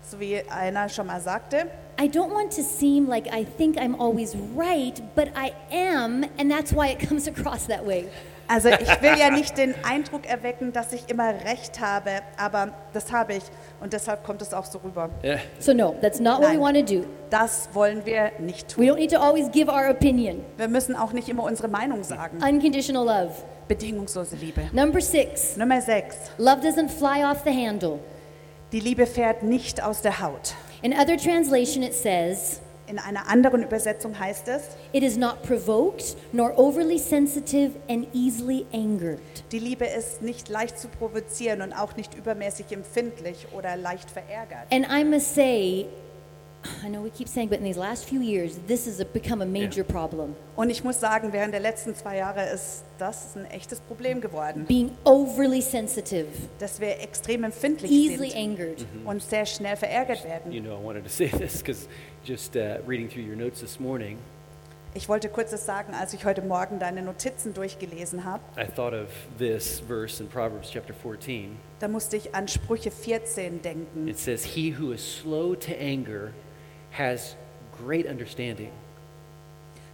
So wie einer schon mal sagte, I don't want to seem like I think I'm always right, but I am, and that's why it comes across that way. Also ich will ja nicht den Eindruck erwecken, dass ich immer recht habe, aber das habe ich und deshalb kommt es auch so rüber. So, no, that's not what we Nein. want to do. Das wollen wir nicht tun. We don't need to always give our opinion. Wir müssen auch nicht immer unsere Meinung sagen. Unconditional love. Bedingungslose Liebe. Number six, Nummer 6. love doesn't fly off the handle. Die Liebe fährt nicht aus der Haut. In other translation, it says, In einer anderen Übersetzung heißt es, it is not provoked, nor overly sensitive, and easily angered. die Liebe ist nicht leicht zu provozieren und auch nicht übermäßig empfindlich oder leicht verärgert. And I must say, I know we keep saying, but in these last few years, this has become a major problem. Und ich muss sagen, während der letzten zwei Jahre ist das ein echtes Problem geworden, Being overly sensitive, dass wir extrem empfindlich easily sind. Mhm. angered. und sehr schnell verärgert werden. You know, I wanted to say this because just uh, reading through your notes this morning, Ich wollte kurz das sagen, als ich heute Morgen deine Notizen durchgelesen habe. I thought of this verse in Proverbs chapter 14. Da musste ich an Sprüche 14 denken. It says, He who is slow to anger has great understanding.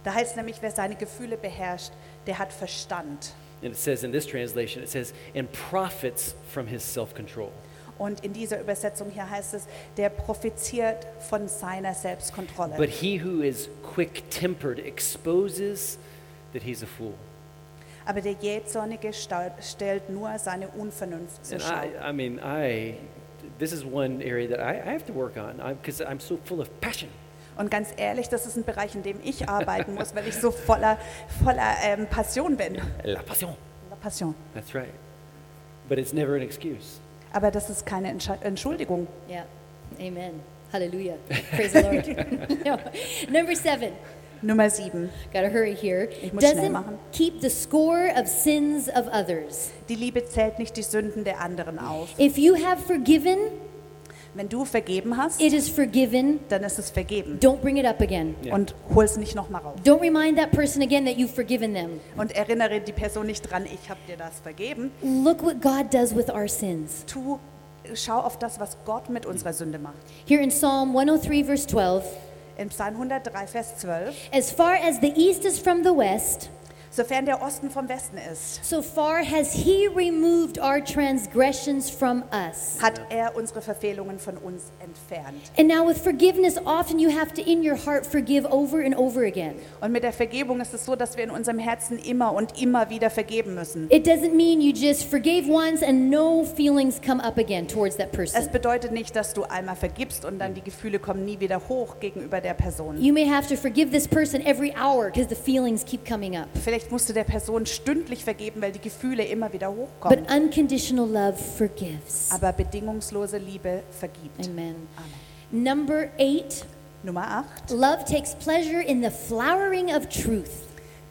Da heißt nämlich, wer seine Gefühle beherrscht, der hat Verstand. And it says in this translation, it says, and profits from his self control. Und in dieser Übersetzung hier heißt es, der profitiert von seiner Selbstkontrolle. But he who is quick tempered exposes that he's a fool. Aber der Jähzornige stau- stellt nur seine Unvernunft zur And Schau. I, I mean, I, this is one area that I, I have to work on because I'm, so full of passion. Und ganz ehrlich, das ist ein Bereich, in dem ich arbeiten muss, weil ich so voller, voller ähm, Passion bin. La passion. La Passion. That's right. But it's never an excuse. Aber das ist keine Entsche- Entschuldigung. Yeah. Amen. Hallelujah. Praise the Lord. No. Number seven. Nummer sieben. Gotta hurry here. Ich muss schnell machen. Doesn't keep the score of sins of others. Die Liebe zählt nicht die Sünden der anderen auf. If you have forgiven, Wenn du vergeben hast, it is forgiven. dann ist es vergeben. Don't bring it up again. Ja. Und hol es nicht nochmal rauf. Don't remind that person again that you've forgiven them. Und erinnere die Person nicht dran, ich habe dir das vergeben. Look what God does with our sins. Tu, schau auf das, was Gott mit unserer Sünde macht. Here in Psalm 103, verse 12 Im Psalm 103, Vers 12, As far as the east is from the west, sofern der Osten vom Westen ist, so far has He removed our transgressions from us. hat er unsere Verfehlungen von uns entfernt. And now, with forgiveness, often you have to, in your heart, forgive over and over again. Und mit der Vergebung ist es so, dass wir in unserem Herzen immer und immer wieder vergeben müssen. It doesn't mean you just forgave once and no feelings come up again towards that Es person. bedeutet nicht, dass du einmal vergibst und dann die Gefühle kommen nie wieder hoch gegenüber der Person. You may have to forgive this person every hour because the feelings keep coming up. Vielleicht musst du der Person stündlich vergeben, weil die Gefühle immer wieder But hochkommen. unconditional love forgives. Aber bedingungslose Liebe vergibt. Amen. Amen. Number eight, Nummer 8. love takes pleasure in the flowering of truth.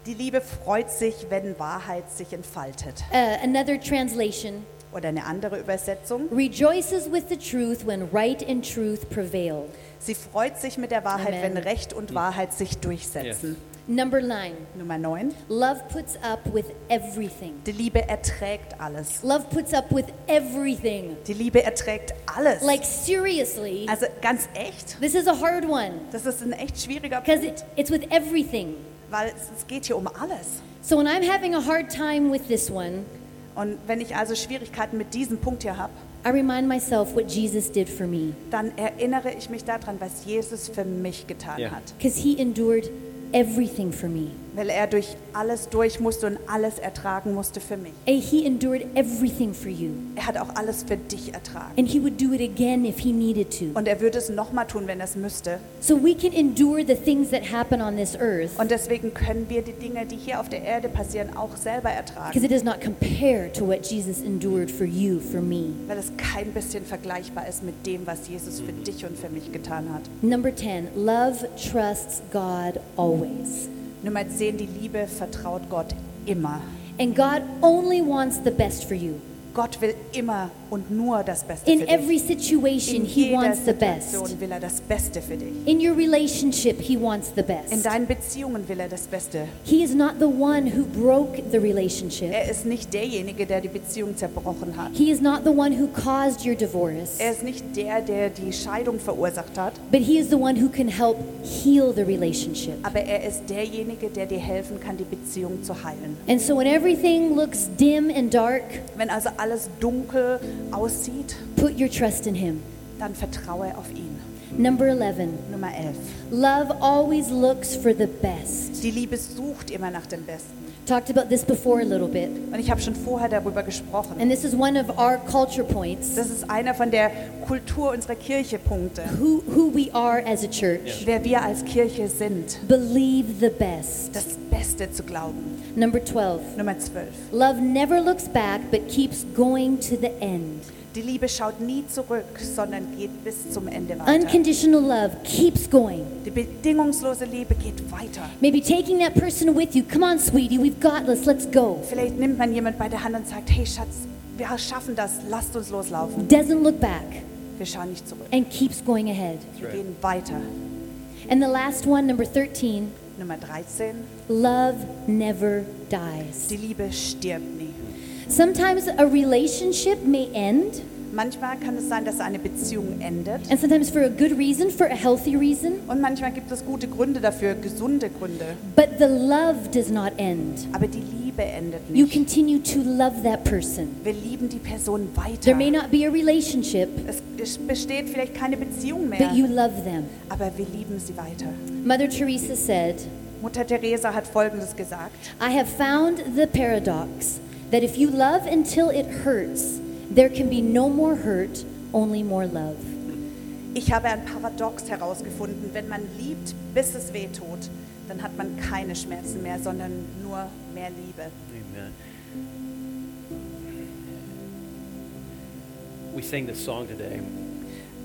Die Liebe freut sich, wenn Wahrheit sich entfaltet. Uh, another translation Oder eine andere Übersetzung. rejoices with the truth when right and truth prevail. Sie freut sich mit der Wahrheit, Amen. wenn Recht und Wahrheit sich durchsetzen. Number nine, Nummer 9. love puts up with everything. Die Liebe erträgt alles. Love puts up with everything. Die Liebe erträgt alles. Like, seriously, also ganz echt, this is a hard one das ist ein echt schwieriger because Punkt, it, it's with everything. weil es, es geht hier um alles. So, when I'm having a hard time with this one, Und wenn ich also Schwierigkeiten mit diesem Punkt hier habe, I remind myself what Jesus did for me dann erinnere ich mich daran, was Jesus für mich getan Ja. hat. because he endured everything for me. Weil er durch alles durch musste und alles ertragen musste für mich. Eh, He endured everything for you, Er hat auch alles für dich ertragen. and he would do it again if he needed to. Und er würde es nochmal tun, wenn er es müsste. So we can endure the things that happen on this earth Und deswegen können wir die Dinge, die hier auf der Erde passieren, auch selber because ertragen, it does not compare to what Jesus endured for you, for me. weil es kein bisschen vergleichbar ist mit dem, was Jesus für dich und für mich getan hat. Number 10, love trusts God always. Nummer 10, die Liebe vertraut Gott immer. And God only wants the best for you. Gott will immer und nur das Beste In für every dich. situation, In He jeder wants the best. Situation will er das Beste für dich. In your relationship, He wants the In best. deinen Beziehungen will er das Beste. He is not the one who broke the relationship. Er ist nicht derjenige, der die Beziehung zerbrochen hat. He is not the one who caused your divorce, Er ist nicht der, der die Scheidung verursacht hat, but He is the one who can help heal the relationship. aber er ist derjenige, der dir helfen kann, die Beziehung zu heilen. And so when everything looks dim and dark, Wenn also alles dunkel aussieht, put your trust in Him. dann vertraue auf ihn. Number 11, Nummer 11. love always looks for the best. Die Liebe sucht immer nach dem Besten. Talked about this before a little bit, Und ich habe schon vorher darüber gesprochen. and this is one of our culture points Das ist einer von der Kultur unserer Kirche Punkte. who, who we are as a church. Wer wir als Kirche sind, Believe the best. das Beste zu glauben. Number 12, Nummer 12. love never looks back but keeps going to the end. Die Liebe schaut nie zurück, sondern geht bis zum Ende weiter. Unconditional love keeps going. Die bedingungslose Liebe geht weiter. Maybe taking that person with you. Come on, sweetie, we've got this, let's go. Vielleicht nimmt man jemand bei der Hand und sagt, hey Schatz, wir schaffen das, lasst uns loslaufen. Doesn't look back Wir schauen nicht zurück. and keeps going ahead. Wir gehen weiter. And the last one, number 13, Nummer 13. love never dies. Die Liebe stirbt nie. Sometimes a relationship may end, Manchmal kann es sein, dass eine Beziehung endet. and sometimes for a good reason, for a healthy reason, Und manchmal gibt es gute Gründe dafür, gesunde Gründe. but the love does not end. Aber die Liebe endet You nicht. continue to love that person. Wir lieben die Person weiter. There may not be a relationship, Es es besteht vielleicht keine Beziehung but you mehr, love them. aber wir lieben sie weiter. Mother Teresa said, Mutter Teresa hat Folgendes gesagt. I have found the paradox that if you love until it hurts, there can be no more hurt, only more love. Ich habe ein Paradox herausgefunden. Wenn man liebt, bis es weh tut, dann hat man keine Schmerzen mehr, sondern nur mehr Liebe. Amen. We sang this song today.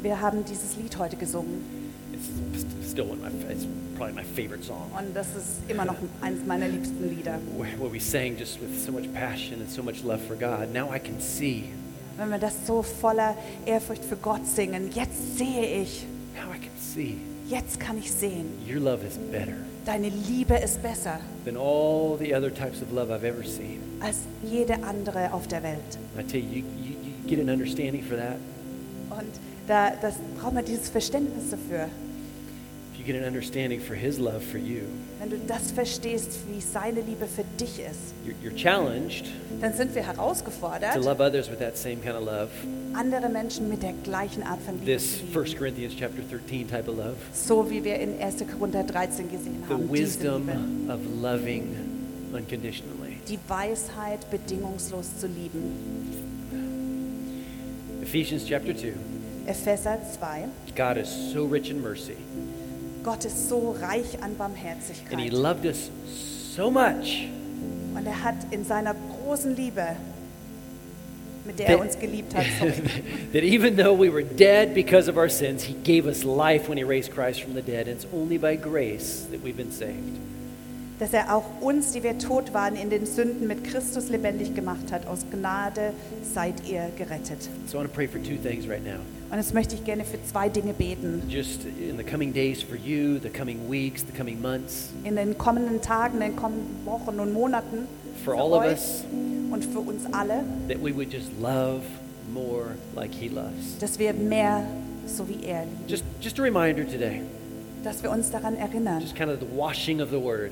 Wir haben dieses Lied heute gesungen It's st- still one of my, it's probably my favorite song. und das ist immer noch eines meiner liebsten Lieder. Where, where we sang just with so much passion and so much love for God. Now I can see. Wenn wir das so voller Ehrfurcht für Gott singen, jetzt sehe ich, Now I can see. jetzt kann ich sehen, Your love is better deine Liebe ist besser than all the other types of love I've ever seen. als jede andere auf der Welt. I tell you, you, you, you get an understanding for that. Und da das braucht man dieses Verständnis dafür. If you get an understanding for His love for you, Wenn du das verstehst, wie seine Liebe für dich ist, you're, you're challenged dann sind wir to herausgefordert, love others with that same kind of love. andere Menschen mit der gleichen Art von Liebe This zu lieben. 1 Corinthians chapter 13 type of love. So wie wir in 1. Korinther 13 gesehen The haben. diese Liebe. wisdom of loving unconditionally. Die Weisheit, bedingungslos zu lieben. Ephesians chapter 2. Epheser 2. God is so rich in mercy, Gott ist so reich and an He Barmherzigkeit. loved us so much Und er hat in seiner großen Liebe, mit der er uns geliebt hat, sorry, that even though we were dead because of our sins, He gave us life when He raised Christ from the dead. And it's only by grace that we've been saved. dass er auch uns, die wir tot waren, in den Sünden mit Christus lebendig gemacht hat. Aus Gnade seid ihr gerettet. So I want to pray for two things right now. Und jetzt möchte ich gerne für zwei Dinge beten. Just in the coming days for you, the coming weeks, the coming months, In den kommenden Tagen, in den kommenden Wochen und Monaten For für all of euch us. und für uns alle, that we would just love more like He loves. dass wir mehr so wie er lieben. Just, just a reminder today, Dass wir uns daran erinnern, just kind of the washing of the word.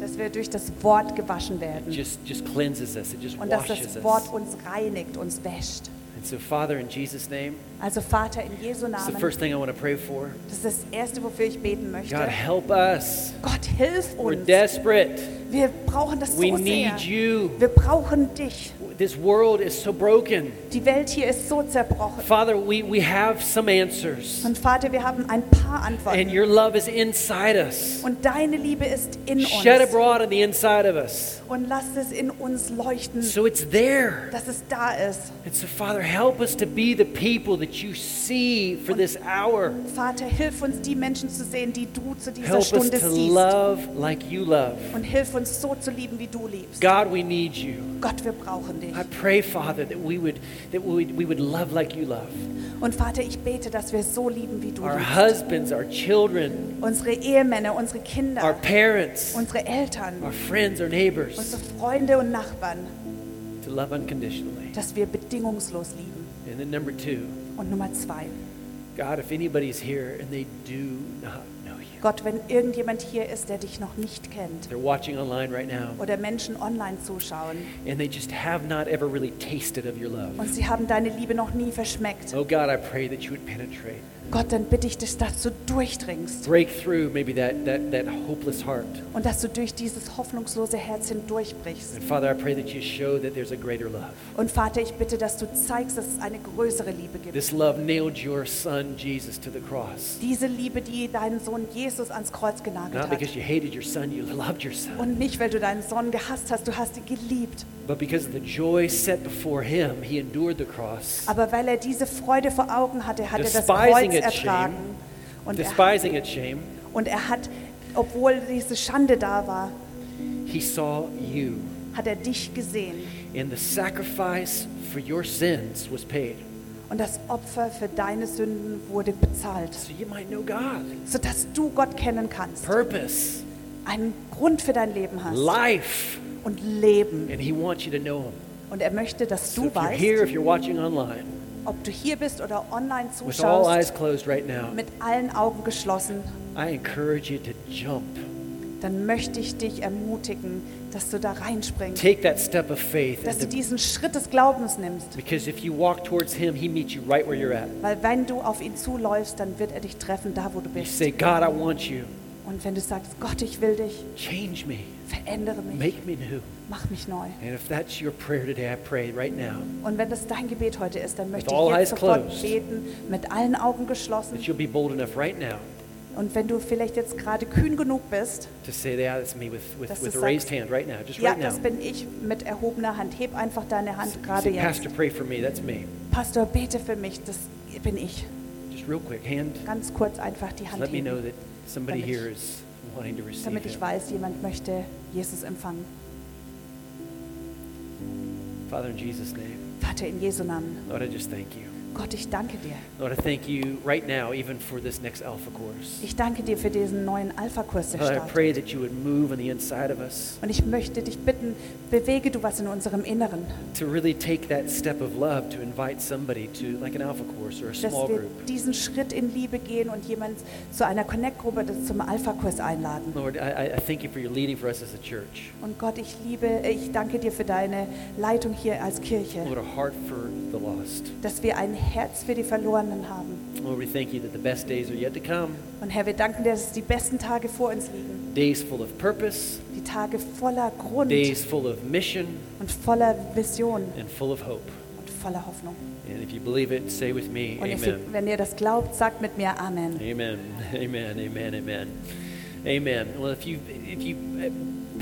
dass wir durch das Wort gewaschen werden. just just cleanses us. It just Und dass washes das Wort us. uns reinigt, uns wäscht. And so, Father, in Jesus' name, Also Vater, in Jesu it's Namen, the first thing I want to pray for. das ist das Erste, wofür ich beten möchte. God, help us. Gott, hilf We're uns. desperate. Wir brauchen das We so sehr. need you. Wir brauchen dich. This world is so broken. Die Welt hier ist so zerbrochen. Father, we, we have some answers. Und Vater, wir haben ein paar And Antworten. your love is inside us. Und deine Liebe ist in Shed uns. abroad on the inside of us. Und lass es in uns leuchten, So it's there. dass es da ist. And so, Father, help us to be the people that you see for this hour. Vater, hilf uns, die Menschen zu sehen, die du zu dieser Help us Stunde to siehst. love like you love. Und hilf uns, so zu lieben, wie du liebst. God, we need you. Gott, wir brauchen dich. I pray, Father, that we would that we would, we would love like you love. Und Vater, ich bete, dass wir so lieben, wie du Our liebst. husbands, our children, Unsere Ehemänner, unsere our Kinder, parents, unsere Eltern, our friends, our unsere neighbors, Freunde und Nachbarn, to love unconditionally. dass wir bedingungslos lieben. And then number two, Und Nummer zwei, God, if anybody's here and they do not know you, Gott, wenn irgendjemand hier ist, der dich noch nicht kennt they're watching online right now oder Menschen online zuschauen and they just have not ever really tasted of your und love. sie haben deine Liebe noch nie verschmeckt, Oh God, I pray that you would penetrate, Gott, dann bitte ich dich, dass du durchdringst break through maybe that that that hopeless heart. und dass du durch dieses hoffnungslose Herz hindurchbrichst. And Father, I pray that you show that there's a greater love. Und Vater, ich bitte, dass du zeigst, dass es eine größere Liebe gibt. This love nailed your son Jesus to the cross. Diese Liebe, die deinen Sohn Jesus ans Kreuz genagelt Not hat. because you hated your son, you loved your son. Und nicht, weil du deinen Sohn gehasst hast, du hast ihn geliebt. But because of the joy set before him, he endured the cross. Aber weil er diese Freude vor Augen hatte, hat er das Despising Kreuz its ertragen. Und er, Despising its shame, und er hat, obwohl diese Schande da war, he saw you. hat er dich gesehen. And the sacrifice for your sins was paid. Und das Opfer für deine Sünden wurde bezahlt, So you might know God. sodass du Gott kennen kannst, Purpose, einen Grund für dein Leben hast life. und Leben. And he wants you to know him. Und er möchte, dass So du if you're here, weißt, if you're watching online, ob du hier bist oder online with all eyes zuschaust, closed right now, mit allen Augen geschlossen, I encourage you to jump. dann möchte ich dich ermutigen, dass du da reinspringst, Take that step of faith. dass And du to, diesen Schritt des Glaubens nimmst. because if you walk towards him, he meets you right where you're at. Weil wenn du auf ihn zuläufst, dann wird er dich treffen, da wo du You bist. say, God, I want you. Und wenn du sagst, Gott, ich will dich, Change me. verändere mich, Make me new. mach mich neu. And if that's your prayer today, I pray right now Und wenn das dein Gebet heute ist, dann möchte With all ich jetzt eyes sofort closed. beten, mit allen Augen geschlossen. that you'll be bold enough right now Und wenn du vielleicht jetzt gerade kühn genug bist, to say, yeah, that's me with, with, Dass with du a raised sagst, hand right now, just ja, right now. das bin ich mit erhobener Hand. Heb einfach deine Hand You gerade say, jetzt. Pastor, pray for me. That's me. Pastor, bete für mich, das bin ich. Just real quick, hand. Ganz kurz einfach die Hand Let me know heben, that somebody Damit- here is wanting to receive damit ich him. weiß, jemand möchte Jesus empfangen. Father, in Jesus' name, Vater, in Jesu Namen, Lord, I just thank you. Gott, ich danke dir. Lord, I thank you right now, even for this next Alpha course. Ich danke dir für diesen neuen Alpha-Kurs, der Father, I pray startet. that you would move on the inside of us Und ich möchte dich bitten, bewege du was in unserem Inneren, to really take that step of love to invite somebody to like an Alpha course or a dass small wir group. diesen Schritt in Liebe gehen und jemand zu einer Connect-Gruppe das zum Alpha-Kurs einladen. Lord, I, I- I thank you for your leading for us as a church. Und Gott, ich liebe, ich danke dir für deine Leitung hier als Kirche, Lord, a heart for the lost. dass wir ein Herz für die Verlorenen haben. Lord, we thank you that the best days are yet to come. Und Herr, wir danken dir, dass die besten Tage vor uns liegen, Days full of purpose, die Tage voller Grund days full of mission, und voller Vision and full of hope. und voller Hoffnung. And if you believe it, say with me, Und if Amen. ihr, wenn ihr das glaubt, sagt mit mir Amen. Amen. Amen. Amen. Amen. Amen. Well, if you if you uh,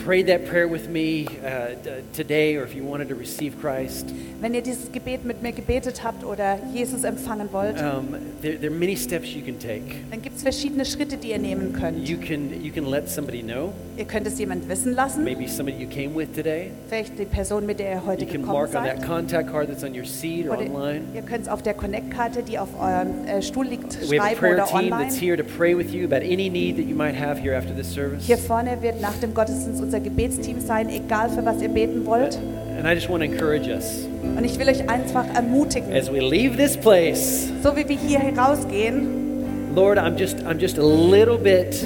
prayed that prayer with me uh, d- today, or if you wanted to receive Christ, Wenn ihr dieses Gebet mit mir gebetet habt oder Jesus empfangen wollt, um, there, there are many steps you can take. dann gibt es verschiedene Schritte, die ihr nehmen könnt. You can you can let somebody know, Ihr könnt es jemand wissen lassen, maybe somebody you came with today. vielleicht die Person, mit der ihr You heute can gekommen mark on seid. that contact card that's on your seat or Oder online. ihr könnt es auf der Connect-Karte, die auf eurem äh, Stuhl liegt, We have a schreiben prayer oder team that's online. here to pray with you about any need that you might have here after this service. Hier vorne wird nach dem Gottesdienst unser Gebetsteam sein, egal für was ihr beten wollt. And I just want to encourage us Und ich will euch einfach ermutigen, as we leave this place. so wie wir hier herausgehen, Lord, I'm just I'm just a little bit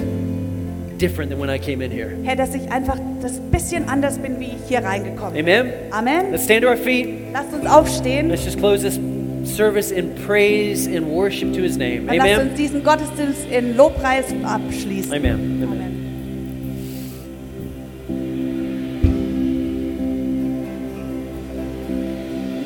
different than when I came in here. Herr, dass ich einfach das bisschen anders bin, wie ich hier reingekommen bin. Amen. Amen. Let's stand to our feet. Lasst uns aufstehen Let's just close this service in praise and worship to his name. und lasst uns Amen. diesen Gottesdienst in Lobpreis abschließen. Amen. Amen. Amen.